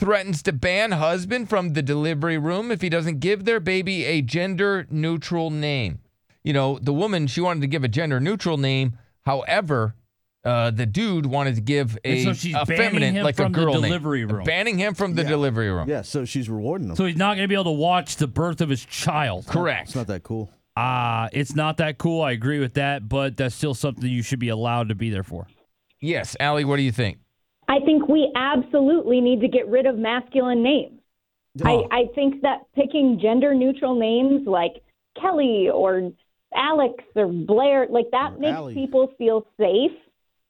threatens to ban husband from the delivery room if he doesn't give their baby a gender neutral name. You know, the woman, she wanted to give a gender neutral name. However, uh, the dude wanted to give a And so she's a banning feminine, him like from a the girl delivery name. room. Banning him from the delivery room. Yeah, so she's rewarding them. So he's not going to be able to watch the birth of his child. Correct. it's not that cool. Ah, it's not that cool. I agree with that, but that's still something you should be allowed to be there for. Yes, Allie, what do you think? I think we absolutely need to get rid of masculine names. I, I think that picking gender neutral names like Kelly or Alex or Blair, like that Or makes Ally. people feel safe.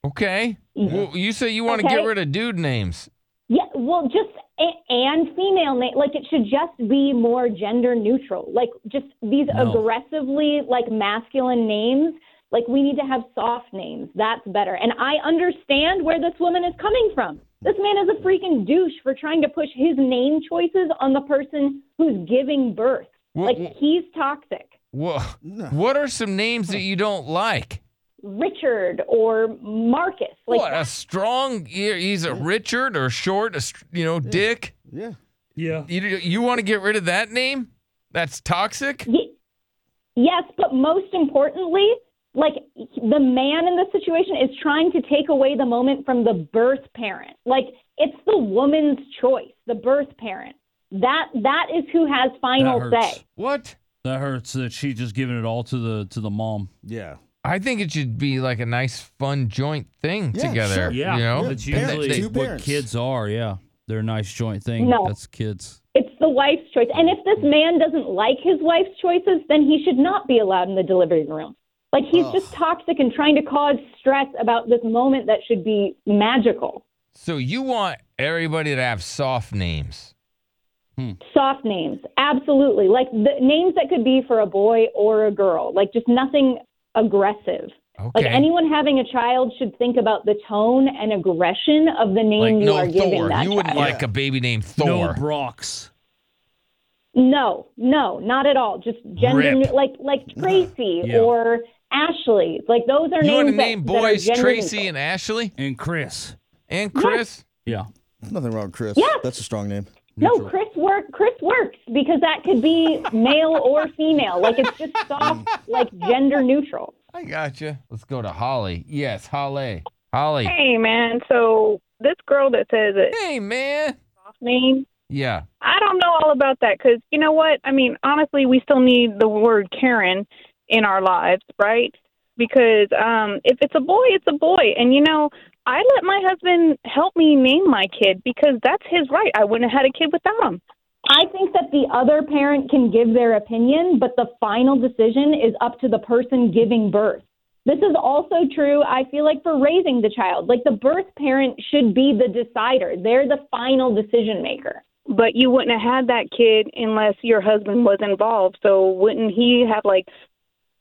Okay. Well, you say you want to get Okay. rid of dude names. Yeah, well, just a- and female name, like it should just be more gender neutral. Like just these No. aggressively like masculine names. Like we need to have soft names. That's better. And I understand where this woman is coming from. This man is a freaking douche for trying to push his name choices on the person who's giving birth. Wha- like wha- he's toxic. Wha What are some names that you don't like? Richard or Marcus. Like what a strong he- he's a Richard or short, a, str- you know, Dick. Yeah. Yeah. You you want to get rid of that name? That's toxic. Ye- Yes, but most importantly, like the man in this situation is trying to take away the moment from the birth parent. Like it's the woman's choice, the birth parent. That that is who has final that hurts. say. What? That hurts that she's just giving it all to the to the mom. Yeah. I think it should be like a nice, fun joint thing Yeah, together. sure. You know, that's Yeah, And usually two what parents. kids are. Yeah, they're a nice joint thing. No. That's kids. It's the wife's choice. And if Mm-hmm. this man doesn't like his wife's choices, then he should not be allowed in the delivery room. Like he's just toxic and trying to cause stress about this moment that should be magical. so you want everybody to have soft names. soft names absolutely like the names that could be for a boy or a girl like just nothing aggressive Okay. like anyone having a child should think about the tone and aggression of the name like you no are giving Thor. that You wouldn't child. like a baby named No Thor. Brocks. no no not at all just gender Rip. neu- like like tracy Yeah. or ashley like those are you want names to name that, that are boys gender Tracy neutral. and Ashley and Chris. and Chris? Yeah. There's nothing wrong with Chris. Yeah. That's a strong name. no chris work chris works because that could be male or female like it's just soft Mm. like gender neutral I gotcha. Let's go to Holly. Yes, Holly. Holly. Hey, man. So this girl that says it, Hey, man. name, Yeah. I don't know all about that because you know what? I mean, honestly, we still need the word Karen in our lives, right? Because um, if it's a boy, it's a boy. And you know, I let my husband help me name my kid because that's his right. I wouldn't have had a kid without him. I think that the other parent can give their opinion, but the final decision is up to the person giving birth. This is also true, I feel like, for raising the child. Like the birth parent should be the decider, they're the final decision maker. But you wouldn't have had that kid unless your husband was involved. So wouldn't he have like,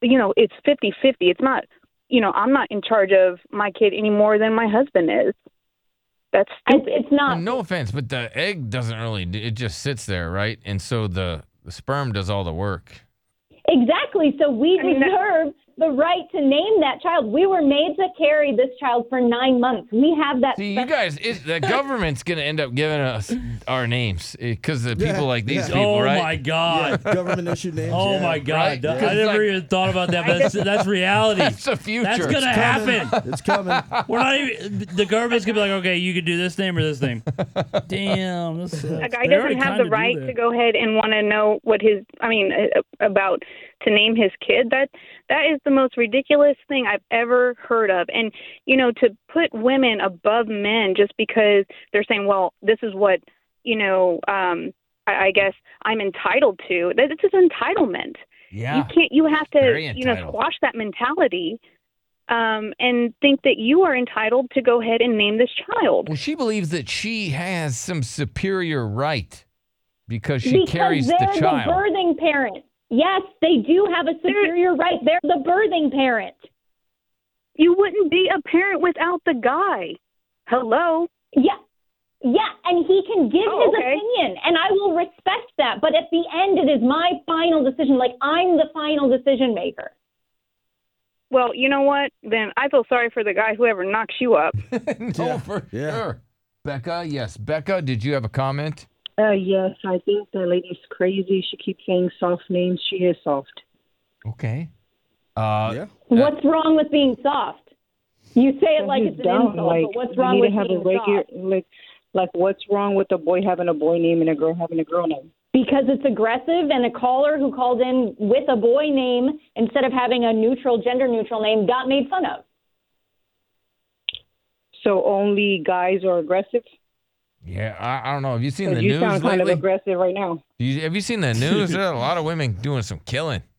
you know, it's fifty fifty. It's not, you know, I'm not in charge of my kid any more than my husband is. That's It's, stupid. it's not. No offense, but the egg doesn't really, it just sits there, right? And so the, the sperm does all the work. Exactly. So we I mean, that- deserve the right to name that child. We were made to carry this child for nine months. We have that. See, you guys, it, the government's going to end up giving us our names because the Yeah, people like these yeah. people, oh right? my God. Government issued names. Oh yeah. my Right? God. Yeah. I never It's like- even thought about that. But that's that's reality. That's the future. That's gonna Coming. happen. It's coming. We're not even. The government's gonna be like, okay, you can do this name or this name. Damn. This sucks. a guy They already doesn't have kinda the do right that. to go ahead and want to know what his i mean uh, about to name his kid that that is the most ridiculous thing i've ever heard of and you know to put women above men just because they're saying well this is what you know um i, I guess i'm entitled to that this is entitlement you Yeah. can't you have Very to you know entitled. squash that mentality um and think that you are entitled to go ahead and name this child Well, she believes that she has some superior right because she because carries they're the child. birthing parent. Yes, they do have a superior right. They're the birthing parent. You wouldn't be a parent without the guy. Hello. Yeah. Yeah, and he can give Oh, his okay. opinion, and I will respect that. But at the end, it is my final decision. Like, I'm the final decision maker. Well, you know what? Then I feel sorry for the guy whoever knocks you up. no, for Yeah. sure. Becca. Yes, Becca, did you have a comment? Uh, yes, I think the lady's crazy. She keeps saying soft names. She is soft. Okay. Uh, yeah. What's wrong with being soft? You say it like She's it's an dumb, insult, like, but what's we wrong need with to have being a regular, soft? like, like what's wrong with a boy having a boy name and a girl having a girl name? Because it's aggressive, and a caller who called in with a boy name instead of having a neutral, gender neutral name got made fun of. So only guys are aggressive. Yeah, I, I don't know. Have you seen 'Cause the you news sound kind lately? of aggressive right now. Do you- have you seen the news? There are a lot of women doing some killing.